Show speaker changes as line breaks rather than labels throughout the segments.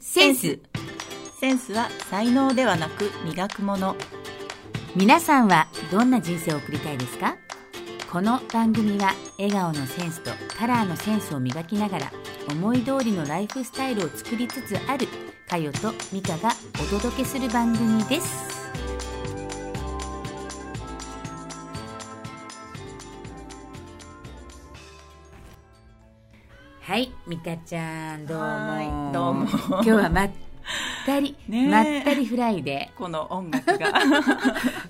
ンス
センスは才能ではなく磨くもの
皆さんはどんな人生を送りたいですかこの番組は笑顔のセンスとカラーのセンスを磨きながら思い通りのライフスタイルを作りつつあるかよと美香がお届けする番組ですはい美香ちゃんどう
は
も
いどうも
今日はまったり、
ねえ
まったりフライデー
この音楽が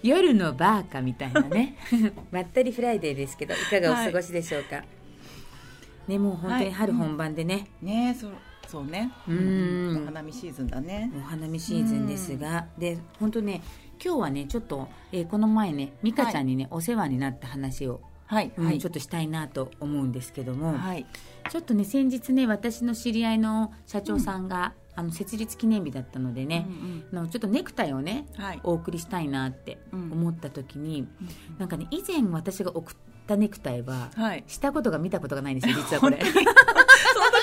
夜のバーカみたいなね まったりフライデーですけどいかがお過ごしでしょうか、ねもう本当
は
に
い
春本番でね、
ねえそそうね
うん
お花見シーズンだね
お花見シーズンですが、で本当ね今日はねちょっと、えーこの前ね美香ちゃんにね、お世話になった話を、
はい
うん
はい
ちょっとしたいなと思うんですけども、
はい
ちょっとね先日ね私の知り合いの社長さんが、あの設立記念日だったのでね
う、ん
あのちょっとネクタイをね
うんはい
お送りしたいなって思った時に、なんかね以前私が送ったネクタイは
はい
したことが見たことがないんです よ実はこれ
その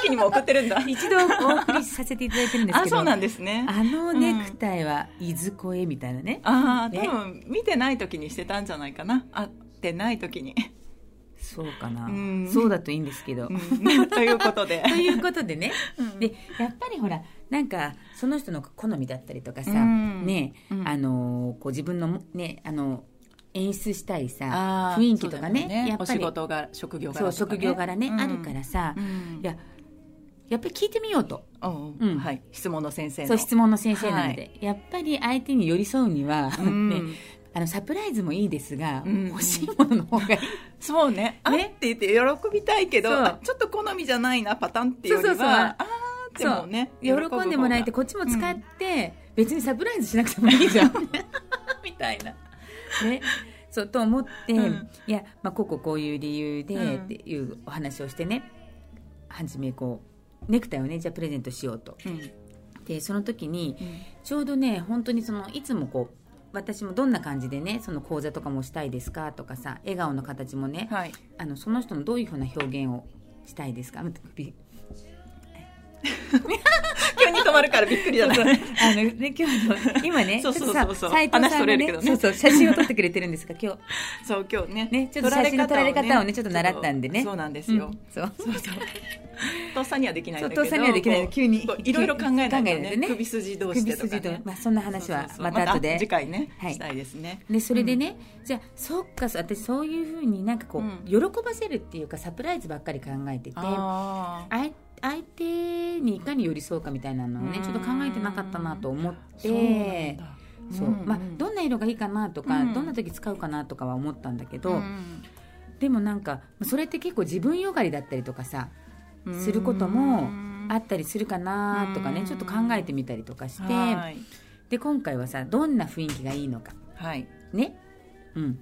時にも送って るんだ
一度お送りさせていただいてるんです
あ
けど
そうなんですね
あのネクタイはいずこへみたいなね、
ああ
ね
多分見てない時にしてたんじゃないかな会ってない時に、
そうかな、
うん
そうだといいんですけど、
うん ということで
ということでね、
うん
でやっぱりほらなんかその人の好みだったりとかさ、
うん
ね、
うん
あのこう自分のもねあの演出したいさ
あー
雰囲気とかね
そうだよ
やっぱり
お仕事が職業柄
そう
とかね
職業柄ね、
うん
あるからさ、
うん
いややっぱり聞いてみようと
うん
うん
はい質問の先生の
そう質問の先生なので、やっぱり相手に寄り添うには、
うん
ね、あのサプライズもいいですが、
うん
欲しいものの方がいい
そうねあって言って喜びたいけど
そう
あちょっと好みじゃないなパターンっていうよりは
そうそうそう
あーでもね
喜んでもらえてこっちも使って、別にサプライズしなくてもいいじ ゃんみたいな。ねそうと思って、
うん
いや、まあ、こここういう理由で、
うん
っていうお話をしてね初めこうネクタイをねじゃあプレゼントしようと
方がうん
でその時にちょうどね本当にそのいつもこう私もどんな感じでねその講座とかもしたいですかとかさ笑顔の形もね、
はい
あのその人のどういうふうな表現をしたいですか 待って首
急に止まるからびっくりじゃない
あのね今日の今ね
そうそうそう
ちょっと
そう
さ斉藤
話
さん
取
が
れる
ね
けどね
そうそう写真を撮ってくれてるんですが今
そう今日ね
ねちょっと写真の撮られ方をねちょっと習ったんでね
そうなんで
日、
すよ
うんそう
そうそう父さんにはできないんだけど
そう父さんにはできない
こう
急に
こういろいろ考えないと
考えないとね
ね首筋どうしてとか
首筋
ね
とまあそんな話は
そうそうそう
また後で、
次回ね
はい
したいですね
でそれでね、じゃあそっかそう私そういうふうになんかこう、
うん
喜ばせるっていうかサプライズばっかり考えてて
あー
あい相手にいかに寄り添うかみたいなのをね
うん
ちょっと考えてなかったなと思っ
そうなん
て
だ
そう
うんうん
まあ、どんな色がいいかなとか、
うん
どんな時使うかなとかは思ったんだけど、
うん
でもなんかそれって結構自分よがりだったりとかさすることもあったりするかなとか
う
ね
ん
ちょっと考えてみたりとかして
はい
で今回はさどんな雰囲気がいいのか
はい
ねうん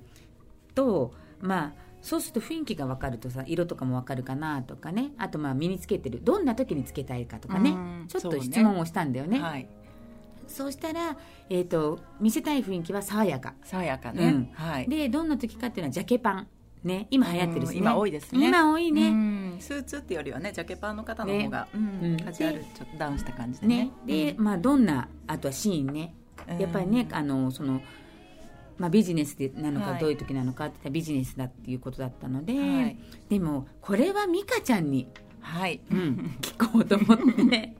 とまあそうすると雰囲気が分かるとさ色とかも分かるかなとかねあとまあ身につけてるどんな時につけたいかとかね
うん
ちょっ
そう
と
ね
質問をしたんだよねそう
はい
したら、えー、と見せたい雰囲気は爽やか
爽やか
うん
ねはい
でどんな時かっていうのはジャケパンね今流行ってるし、ね
うん今多いですね
今多いね、
うんスーツっていうよりはねジャケパンの方の方がうん
うん
カジュアルちょっとダウンした感じで
ね
ね、
で、まあ、どんなあとはシーンね
うん
やっぱりね、あのその、まあ、ビジネスでなのか、
はい
どういう時なのかって言ったらビジネスだっていうことだったので、
はい
でもこれは美香ちゃん に、
はい
うん、聞こうと思って、 ね、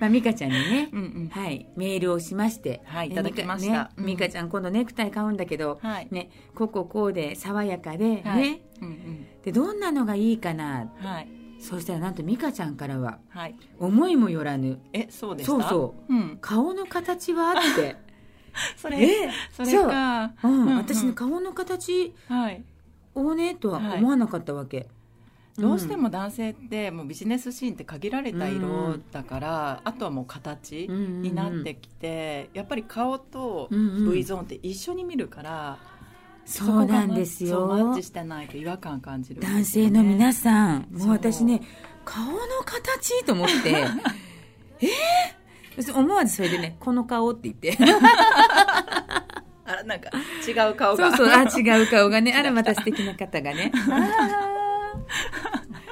まあ美香ちゃんにね、
うんうん
はい、メールをしまして、
はい
ね
いただきました
ね
うん
美香、ちゃん今度ネクタイ買うんだけど、
はい
ね、こうこうこうで爽やかで、
はい
ね
うん
でどんなのがいいかな
うんはい
そうしたらなんと美香ちゃんからは
はい
思いもよらぬ
えそうでした
そうそう
ううん
顔の形はあ って。
それ
え
それか
そう、うん
うんうん
私の顔の形
はい
をねとは思わなかったわけ、
どうして
ん、
も男性ってもうビジネスシーンって限られた色だから、あとはもう形になってきて、やっぱり顔と
うんうん
V ゾーンって一緒に見るから、
そうなんです
そこがマッチそう
よ
マッチしてないと違和感感じるんですよね、
男性の皆
さ
さんも
そうう
私ね顔の形と思って えーそう思わずそれでね、この顔って言 って。
んあらなんか違う顔
そ
が
うそう、あ、違う顔が ね。あら、また素敵な方がね。あー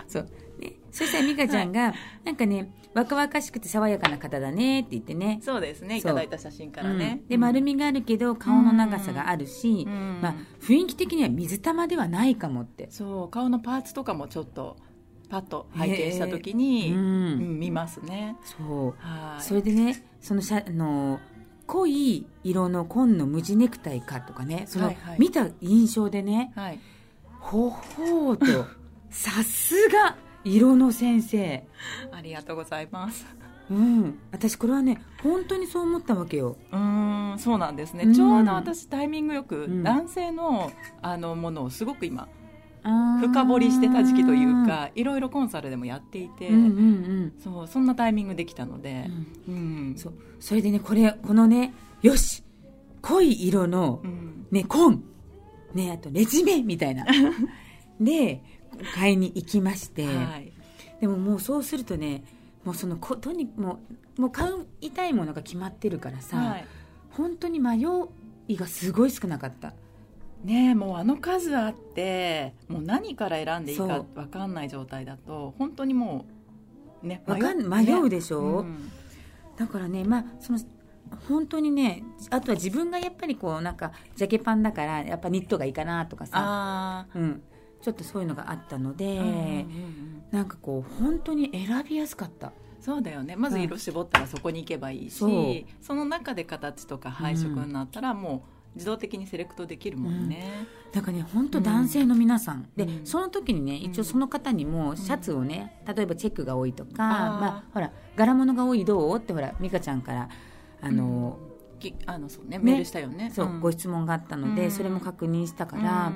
そう。ね。そしたら、美香ちゃんが、なんかね、若々しくて爽やかな方だねって言ってね。
そうですねい
そう
ただいた写真からね、
うんで丸みがあるけど顔の長さがあるし、
うん
まあ、雰囲気的には水玉ではないかもって。
そう顔のパーツとかもちょっとパッと拝見した時に、
う
うん
ん、
見ますね
そう
はい
それでねそのしゃあの濃い色の紺の無地ネクタイかとかねその、
はいはい
見た印象でね
はい
ほほうとさすが色の先生
ありがとうございます
うん私これはね本当にそう思ったわけよ
うーんそうなんですね、
うん
ちょうど私タイミングよく、
うん
男性のあのものをすごく今
深
深掘りしてた時期というかいろいろコンサルでもやっていて、
うんうんうん
そうそんなタイミングできたので
う、ん
うん
そうそれでねこれこのねよし濃い色の
うん
ね紺ねあとレジメみたい なで買いに行きまして、
はい
でももうそうするとねもうそのことにもうもう買いたいものが決まってるからさ、
はい
本当に迷いがすごい少なかった
ねえもうあの数あってもう何から選んでいい
そ
か
う
分かんない状態だと本当にもうね
わかん迷う
で
でしょ、だからねまあその本当にねあとは自分がやっぱりこうなんかジャケパンだからやっぱニットがいいかなとかさ、
あ
う
あ
ん、ちょっとそういうのがあったので、
うんうんうん
なんかこう本当に選びやすかった
そうだよねまず色絞ったらそこに行けばいいし、
そう
その中で形とか配色になったらもう自動的にセレクトできるもんね、
なんかね本当男性の皆さん、
うんう
で
ん
その時にね一応その方にもシャツをね、例えばチェックが多いとか、
あー
まあ、ほら柄物が多いどうってほら美香ちゃんからあの、
きあのそう
ね
ねメールしたよね
そう、
ん
ご質問があったので、
うん
それも確認したから、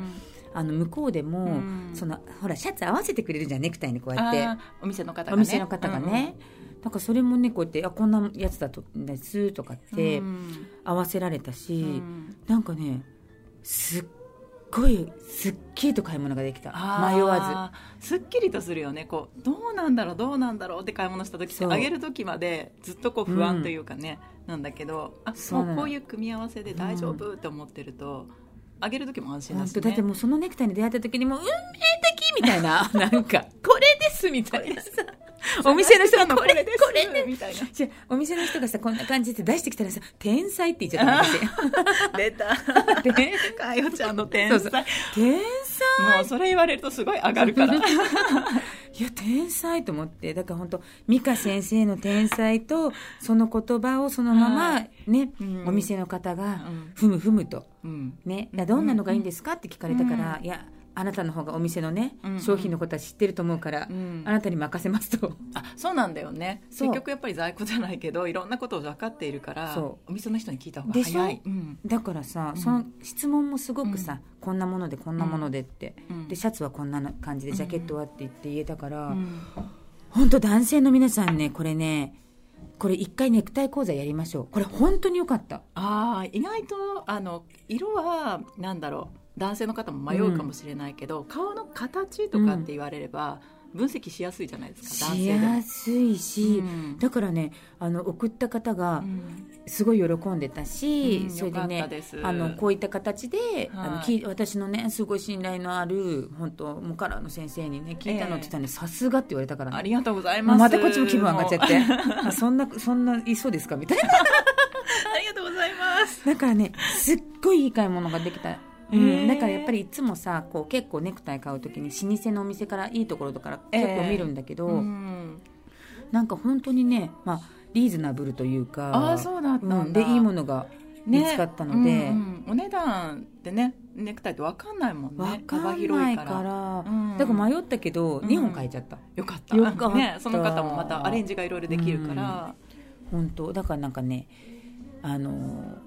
あの向こうでも、
うん
そのほらシャツ合わせてくれるじゃんネクタイにこうやって
あ。ーお店の方がね
お店の方がね、なんかそれもねこうやって「あこんなやつだとです」とかっ
うんうん
て
うん
合わせられたし、
うん
なんかねすっごいすっきりと買い物ができた迷わ
ずすっきりとするよねこうどうなんだろうどうなんだろうって買い物した時って
そう
あげる時までずっとこう不安というかね、なんだけどあ
そう
もうこういう組み合わせで大丈夫って思ってると、あげる時も安
ず
心だ
本
し、
当
ね、
だってもうそのネクタイに出会った時にもう運命的みたい ななんかこれですみたいなさお店の人がこれこ
こ
れ
れですみたいな
じゃ あお店の人がさこんな感じで出してきたらさ天才って言っちゃった
出 た
私で
かよちゃんの天才
そうそう 天才
もうそれ言われるとすごい上がるから
いや天才と思ってだから本当美香先生の天才とその言葉をそのま
は
まね、
うん
お店の方が
うん
ふむふむと
うん
ね
うん
どんなのがいいんですかって聞かれたから、
うん
いやあなたの方がお店のね、
うん
商品のことは知ってると思うから、
うん
あなたに任せますと
あそうなんだよね
そう
結局やっぱり在庫じゃないけどいろんなことを分かっているから
そ
お店の人に聞いた方が
でしょ
早い、うん
だからさ、
うん
その質問もすごくさ、こんなものでこんなものでって、
うん
でシャツはこんなの感じでジャケットはって言って言えたから、
うん
本当男性の皆さんねこれねこれ一回ネクタイ講座やりましょうこれ本当によかった
ああ意外とあの色はなんだろう男性の方も迷うかもしれないけど、顔の形とかって言われれば分析しやすいじゃないですか、男
し
性でも
や。すいし、
うん
だからねあの送った方が
うん
すごい喜んでたし、
うん
それで
よか
ね
ったです
あのこういった形で、あの
はい
き私のねすごい信頼のある本当もうカラーの先生にね聞いたのって言ったらねさすがって言われたからね、
ありがとうござい
ま
ます。
たこっちも気分上がっちゃってあ そんなそんないそうですかみたいな
ありがとうございます。
だからねすっごいいい買い物ができた。う
へ
ん、
ー
だからやっぱりいつもさこう結構ネクタイ買う時に老舗のお店からいいところとから結構見るんだけど、
うん
なんか本当にね、まあ、リーズナブルというか
ああそうだったんだ。
うんでいいものが見つかったので、
ねうんうんお値段ってねネクタイって分かんないもん
わ
ね
か
幅
ん
広
ないい
か
からら
うん
だから迷ったけど、
うん
2本買えちゃった
よかった
よかった
ね、その方もまたアレンジがいろいろできるから、
本当だからなんかねあの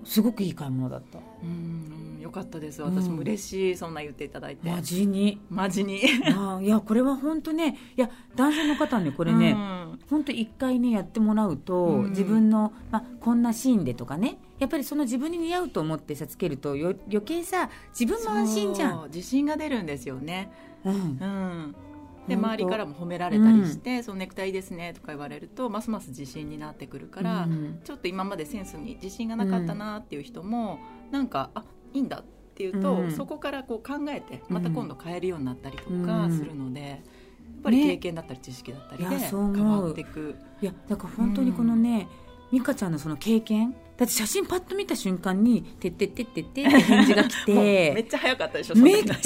ーすごくいい買い物だった
うんよかったです私も嬉しい、そんな言っていただいて
マジ に
マジに
あーいやこれは本当ねいや男性の方ねこれね、
うん
本当一回ねやってもらうと、
うん
自分の、まあ、こんなシーンでとかねやっぱりその自分に似合うと思ってさつけるとよ余計さ自分も安心じゃ
そ
ん
う自信が出るんですよね
うん
うんで
本当
周りからも褒められたりして、そのネクタイいいですねとか言われるとますます自信になってくるから、
うん
ちょっと今までセンスに自信がなかったなっていう人も、なんかあいいんだっていうと、
うん
そこからこう考えてまた今度変えるようになったりとかするので、やっぱり
ね
経験だったり知識だったり
い
で
やそう
変
思う
わっていく
いやだから本当にこのね、美香ちゃんのその経験だって写真パッと見た瞬間に「てってってってって」って返事が来
もうめ
て
っちゃ早かったでしょ
めっちゃ
ゃ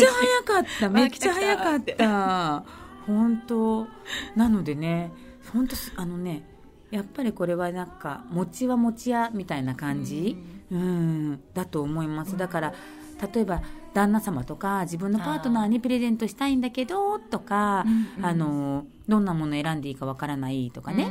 早か っためっちゃ早かっ
来た来
た本当なのでね本当すあのねやっぱりこれはなんか餅は餅屋みたいな感じ、うん、だと思いますだから例えば旦那様とか自分のパートナーにプレゼントしたいんだけどとかあ、のどんなもの選んでいいかわからないとかね、う
ね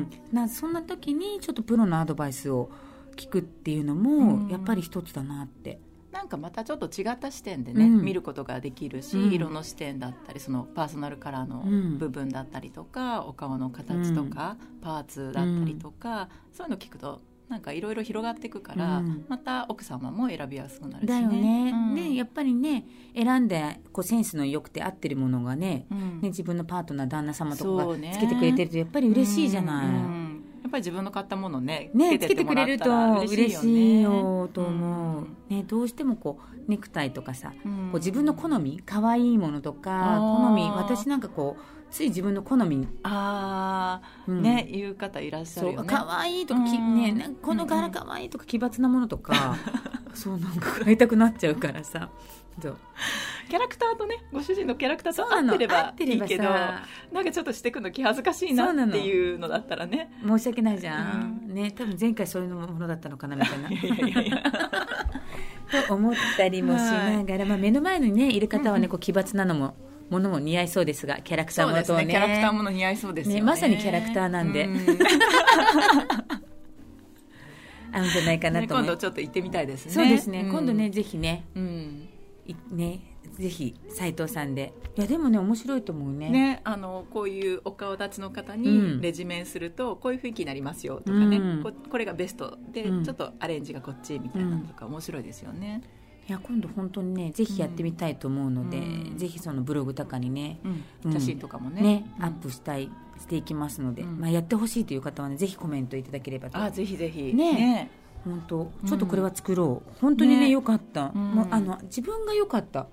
ん、なそんな時にちょっとプロのアドバイスを聞くっていうのも、
うん
やっぱり一つだなって、
なんかまたちょっと違った視点でね、
うん
見ることができるし、
うん
色の視点だったりそのパーソナルカラーの
うん
部分だったりとか、お顔の形とか、パーツだったりとか、そういうの聞くとなんかいろいろ広がっていくから、
うん
また奥様も選びやすくなるし、ね、
だよね、
うん
でやっぱりね選んでこうセンスの良くて合ってるものがね,、
うん
ね自分のパートナー旦那様とか
そ
が
うね
つけてくれてるとやっぱり嬉しいじゃない。
うんうんやっぱり自分の買ったものね
ね、つけ
つ
て
けて
く
も
れ
ら
る
っ
と
たら
嬉
ね
しいよと思う、
うん
ね、どうしてもこうネクタイとかさこ
うん
う自分の好み可愛いものとか
あー
好み私なんかこうつい自分の好み、
ああ、
うん
ね言う方いらっしゃ
そ
る
う
よね
可愛いとかき、
うん
ね、なんかこの柄可愛いとか奇抜なものと か、そうなんか買いたくなっちゃうからさそう
キャラクターとねご主人のキャラクター
そう
と
な
合っ
の
てれ
合
ば
って
い
れ
い
ば
けど
さ
なんかちょっとしてくの気恥ずかしい
そう
な
な
っ
の
ていうのだったらね
申し訳ないじゃん、
う
ね、多分前回そういうものだったのかなみたいない
やいやいやいや
と思ったりもしながら、まあ、目の前に、ね、いる方は、ね、こう奇抜なのもものも似合いそうですがキャラクター
そう
も
です
と
ね
ね
キャラクターもの似合いそうですよね
ねまさにキャラクターなんで
う
合うんじゃないかな
ね
と思
今
いま
度
す、
ちょっと行ってみたいですね
そうですね、
ん
今度ねぜひね
うん
いねぜひ斉藤さんでいやでもね面白いと思うね
ね、あのこういうお顔立ちの方
うん
にレジ面すると、こういう雰囲気になりますよとかね、
うん
ここれがベストで、
うん
ちょっとアレンジがこっちみたいなのとか面白いですよね。
いや今度本当にねぜひやってみたいと思うので、
うん
ぜひそのブログとかにねうん
写真とかもね。
ね
うん
アップしたいしていきますので、
うん
まあ、やってほしいという方はねぜひコメントいただければと
あぜひぜひ
ね本当ちょっとこれは作ろう、本当にね
ね
良かった、
うん
もうあの自分が良かった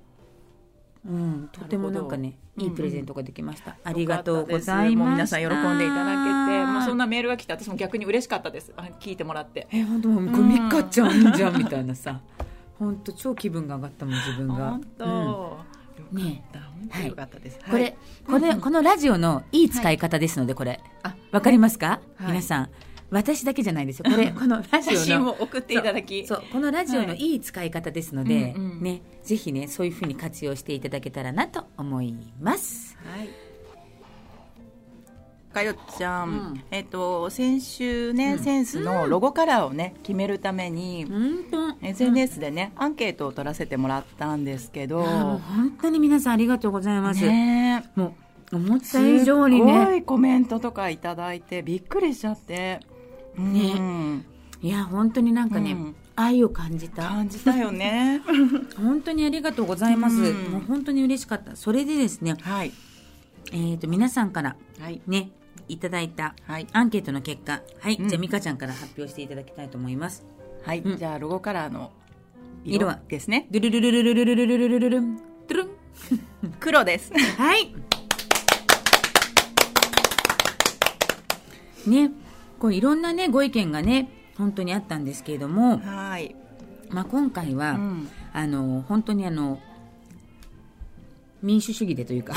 うんとてもな
なる
ん
ほど
かねいいプレゼントができました、あ
あ
りがとうございます
もう皆さん喜んでいただけてもうそん
な
なメールが来て私も逆に嬉しかったですあ聞いてもらって
え本当もうこれミカちゃんいいじゃんみたいなさ本当超気分が上がったもん自分が
本当、
うん
よかっ
ね
た本当によかったです、
これ、
はい
これこのラジオのいい使い方ですのでこれ
あ
わかりますか、
はい
皆さん私だけじゃないですよこれ このラジオ
写
の
真を送っていただき
そうこのラジオのいい使い方ですので、
はいうんうん
ね、ぜひねそういうふうに活用していただけたらなと思います
はい。かよちゃん、
うん
えっ、と先週ね、
うん
センスのロゴカラーをね決めるために、
本当
SNS でねアンケートを取らせてもらったんですけど、
もう本当に皆さんありがとうございます、
ね
もう思った
え
以上に
すご
ね
いコメントとかいただいてびっくりしちゃって、うん
いや本当になんかね、
うん
愛を感じた
感じたよね
本当にありがとうございます、
うん
もう本当に嬉しかったそれでですね、
はい
えー、と皆さんから
はい
ねいただいた
はい、
アンケートの結果はい、
うん
じゃあ美香ちゃんから発表していただきたいと思います
はい
うん
じゃあロゴカラーの
色
色
は
ですね
ドゥルルルルルルルルルルルルルンドゥルン
黒です
はい。ね、こういろんなねご意見がね本当にあったんですけれども、
はい、
まあ今回は、
うん
あの本当にあの民主主義でというか、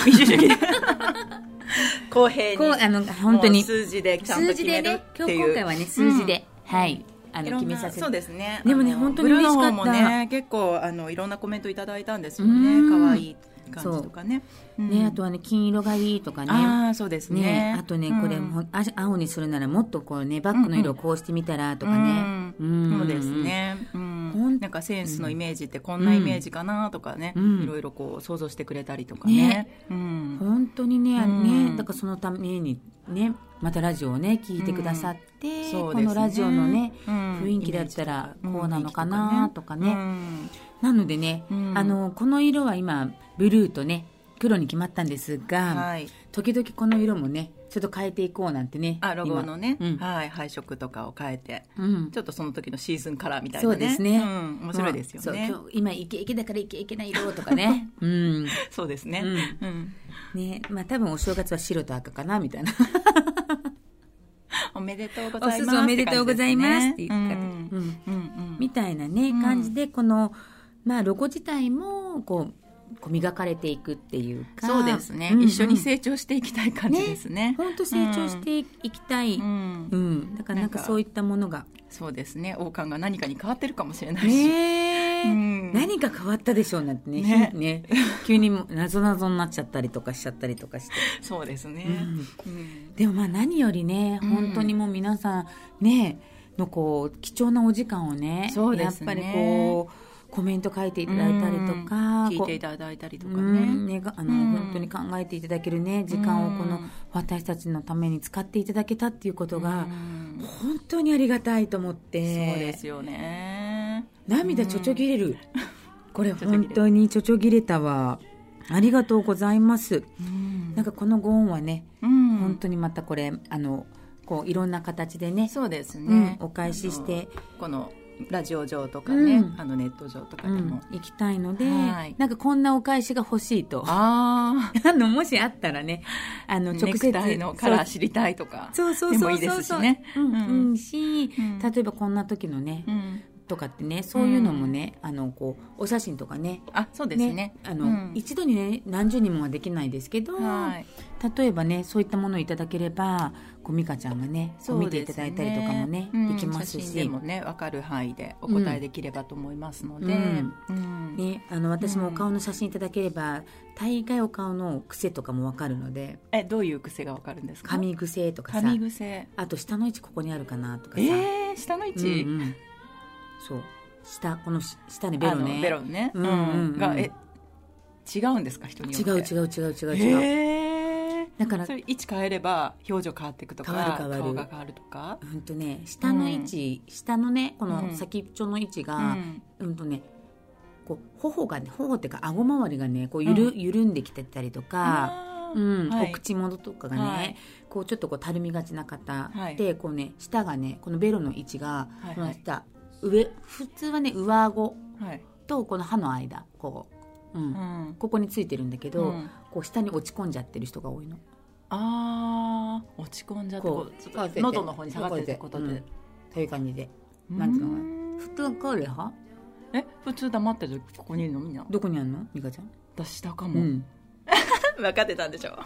公平に
こうあの本当に
もう数字でちゃんと
数字で
決める
ね
って
今
いう
日今回はね数字で、はいあ
い
の
ろ
決
ん
め
な
させ
そう
て。
ですね
でもね
あの
本当に
ブルーの
嬉しか
方
っ
も
た
ね結構あのいろんなコメントいただいたんですよ
うん
ね可愛い感じとかねうん
ね、あとはね金色がいいとかね
ああそうです
ね
ね
あとね、
うん
これもあ青にするならもっとこうねバッグの色をこうしてみたらとかね、
うん
ん
そうですね、う
ほん
ん、なんかセンスのイメージってこんなイメージかなとかね、
うん
いろいろこう想像してくれたりとかね
ね
うん、
本当にね,、
うん
ねだからそのためにねまたラジオをね聞いてくださって、
そ
こ
うですね
のラジオのね、
うん
雰囲気だったら
イメージとか
こうなのかなとかね
うん
なのでね、
うん
あのこの色は今ブルーとね黒に決まったんですが、
はい
時々この色もねちょっと変えていこうなんてね
あロゴのね、
今うん
はい、配色とかを変えて
今うん
ちょっとその時のシーズンカラーみたいなね
そうですね
ん、面白いですよね、
そう今日今イケイケだからイケイケな色とかねうん
そうですね、
う
うん
ねまあ多分お正月は白と赤かなみたいな
おめでとうご
お
ざい
す
ます
すおめでとうございますっていう
感
感
じ
じ、
ですね
うん
うんうん
みたいなね
うん
感じでこの、まあ、ロゴ自体もこうこう磨かれていくっていうか
そうですね、
んん
一緒に成長していきたい感じですね
本当成長していきたい、う
うんん、
だからなんか
なんか
そういったものが
そうですね王冠が何かに変わってるかもしれないし、
ねえ
うん
何か変わったでしょうなんてね
ね
ね急になぞなぞになっちゃったりとかしちゃったりとかして、
そうですね、
うん
うん
でもまあ何よりね
うん
本当にもう皆さんねのこう貴重なお時間をね
そう
や
で
っ
す
ぱ
ね
りこうコメント書いていただいたりとか、
聞い
こう
ていただいたりとかね、
うんねがあの
うん
本当に考えていただけるね時間をこの
うん
私たちのために使っていただけたっていうことが
うん
本当にありがたいと思って
そうですよね
涙ちょちょぎれる、これ
ちょちょぎれ
本
る
当にちょちょぎれたわありがとうございます
うん
なんかこのご恩はね
うん
本当にまたこれあのこういろんな形でね
そうですね、
うんお返しして
あのこのラジオ上とかね、
うん
あのネット上とか
う
で
ん
も、
行きたいので
はい
なんかこんなお返しが欲しいと
ああ
あのもしあったらねあの直
直
接
接のカラー知りたいとか
そうそうそうそうそう
でもいいですしね
うん
うん
うんし、
ん
例えばこんな時のね、
うん
とかってねそういうのもね、あのこうお写真とかね
あそうですね
あの、
うん
一度にね何十人もはできないですけど、
はい
例えばねそういったものをいただければこう美香ちゃんがねこう見ていただいたりとかもね
そう
ですきます
うん写
し、
真でもね分かる範囲でお答えできればと思いますので、
うん
うん
ね、あの私もお顔の写真いただければ、大概お顔の癖とかもわかるので
えどういう癖が分かるんですか
髪癖とかさ
髪癖
あと下の位置ここにあるかなとかさ、
えー、下の位置、
うんうんそう下このし下にベ
ベ
ロ
ロ
ね
ねベロね、
うんうんうん
がえ違うんですか人によ
違
って
う違う違う違う違う、
へえ
だから
それ位置変えれば表情変わっていくとか
変わる変わる
顔が変わるとか、
うんとね下の位置、下のねこ
う
の
ん
先っちょの位置
う
が、
ん、
うん、とねこう頬がね頬っていうか顎周りがねこうゆる、
うん
緩んできてたりとか、
あー
うん
はい
お口元とかがね、
はい
こうちょっとこうたるみがちな方、
はい
でこうね舌がねこのベロの位置が、
はい
この下上普通はね上顎
はい
とこの歯の間こう、うん
うん
ここについてるんだけど、
うん
こう下に落ち込んじゃってる人が多いの。
あー落ち込んじゃって
こ
こ
う
うちょっと喉の方に下がってるってこと
う
で
ん、という感じで
うん
なんていうのか普通これは
え普通黙ってるここにいるのみんな
どこにあるの美香ちゃん
私下か
う
も、
ん
分かってたんでしょう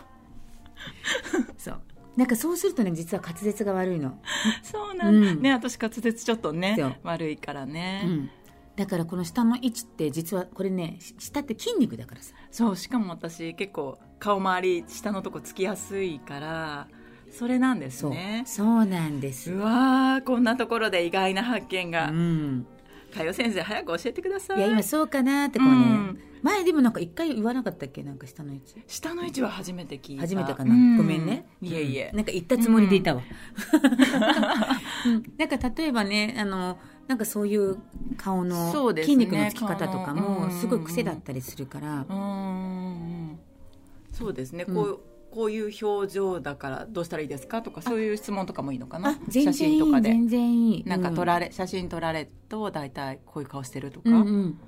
そうなんかそうするとね実は滑舌が悪いの、
そうなんだ、
うん
ね私滑舌ちょっと
そう
ね悪いからね、
うんだからこの下の位置って実はこれねし下って筋肉だからさ
そうしかも私結構顔周り下のとこつきやすいからそれなんです
そう、
ね
そうなんです
うわーこんなところで意外な発見が、
うん、
かよ先生早く教えてください
いや今そうかなってこうね、
うん
前でもなんか一回言わなかったっけなんか下の位置
下の位置は初めて聞いた
初めてかな、
うん
ごめんね
いえいえ
うん、なんか言ったつもりでいたわ、うんなんか例えばねあのなんかそういう顔の
そうですね
筋肉のつき方とか
顔
も
の
すごい癖だったりするから
う、ーんそうですね、
うん
こうこういう表情だからどうしたらいいですかとかそういう質問とかもいいのかな
あ全
写
然い
真
い
とかで
全然いい
なんか撮
う
られ、写真撮られと大体こういう顔してるとか、
うんうん、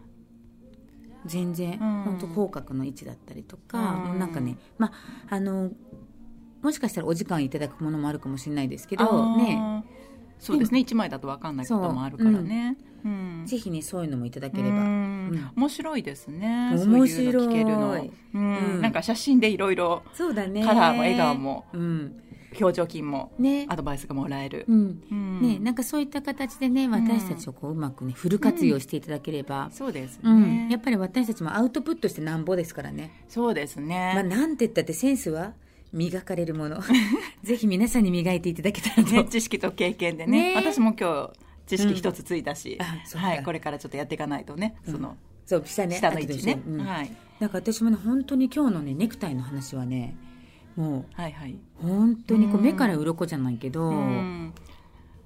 全然、
うん
本当口角の位置だったりとか、
うん
なんかねまああのもしかしたらお時間いただくものもあるかもしれないですけ
あ
ど
ー
ね
そうですね一枚だと分かんないこともあるからねうん
ぜひねそういうのもいただけ
う
れば、
ん面白いですね
面白い
そういうの聞けるの、うん
うん
なんか写真でいろいろ
そうだね
カラーも笑顔も
うん
表情筋も
ね
アドバイスがもらえる
う、ん
うん
ね、なんかそういった形でね私たちをこううまくねフル活用していただければ、
そうですね、
うんやっぱり私たちもアウトプットしてなんぼですからね、
そうですね、
まあ、なんて言ったってセンスは磨かれるも のぜひ皆さんに磨いていただけたらと
ね、知識と経験で
ね
ね私も今日知識一つついたし、
うんあそうか
はい、これからちょっとやっていかないとね、その
そう下ね
下の位置
後でし
ね
ょうん
はい、
なんか私もね本当に今日のねネクタイの話はねも
はいはいう
本当にこう
うん
目から鱗じゃないけど、
うん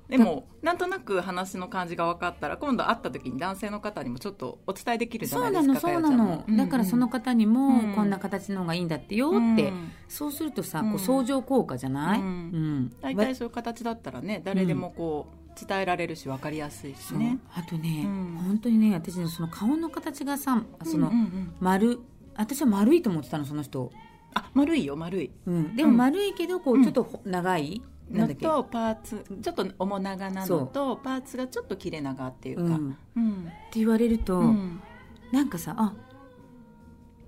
でもなんとなく話の感じが分かったら今度会った時に男性の方にもちょっとお伝えできるじゃ
そ
な
う
い
な
です
の
か
そう
か
な
やちゃんも
の、だからその方にも、
うん
こんな形の方がいいんだってよ
うん
って、
うん
そうするとさ
うん
こう相乗効果じゃない、う
うんん大
わ
体そういう形だったらね誰でもこう伝えられるし分かりやすいし
そう
ね。
あとね、
うん
本当にね私のその顔の形がさその
うんうんうん
丸私は丸いと思ってたのその人、
あ丸いよ丸い
うん、でも
うん
丸いけどこ
う
うんちょっとほ長い、なん
の
だっけ、
とパーツちょっと面長な
そ
の
う
とパーツがちょっと切れ長っていう
う
か、
ん、っ
うん
て言われると、
うん
なんかさあ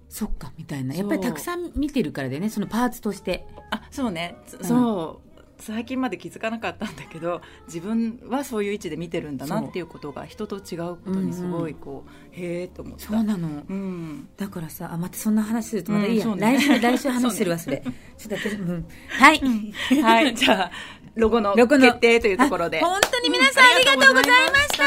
そっかみたいな
そう
やっぱりたくさん見てるからだよねそのパーツとして
あそうね、つ
ん
そう最近まで気づかなかったんだけど自分はそういう位置で見てるんだな
そう
っていうことが人と違うことにすごいこう、へえと思った
そうなの
うん、
だからさあまたそんな話するとまた
うん
いいや、
そうね
来週来週話するわそれちょっと私、うん、はい、
はいじゃあロゴの
ロゴの
決定というところで
あ、本当に皆さん
うん
ありがとうございました、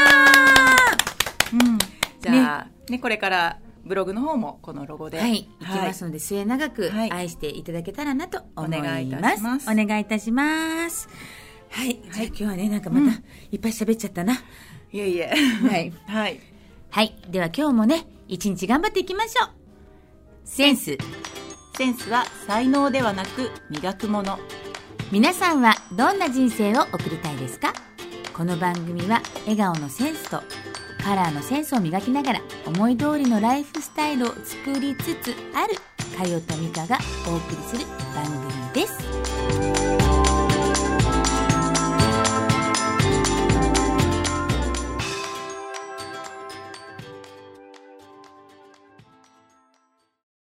うん、じゃあ、ねこれからブログの方もこのロゴで
はい、いきますので、末永く
はい
愛していただけたらなと思います。
お願いいたします
お願いいたします。はい、じゃあ今日はね、なんかまた、いっぱい喋っちゃったな。
い、いえいえ
はい。
はい
はい、では今日もね、一日頑張っていきましょう。センス、
センスは才能ではなく磨くもの
皆さんはどんな人生を送りたいですかこの番組は笑顔のセンスとカラーのセンスを磨きながら思い通りのライフスタイルを作りつつあるかよとみかがお送りする番組です。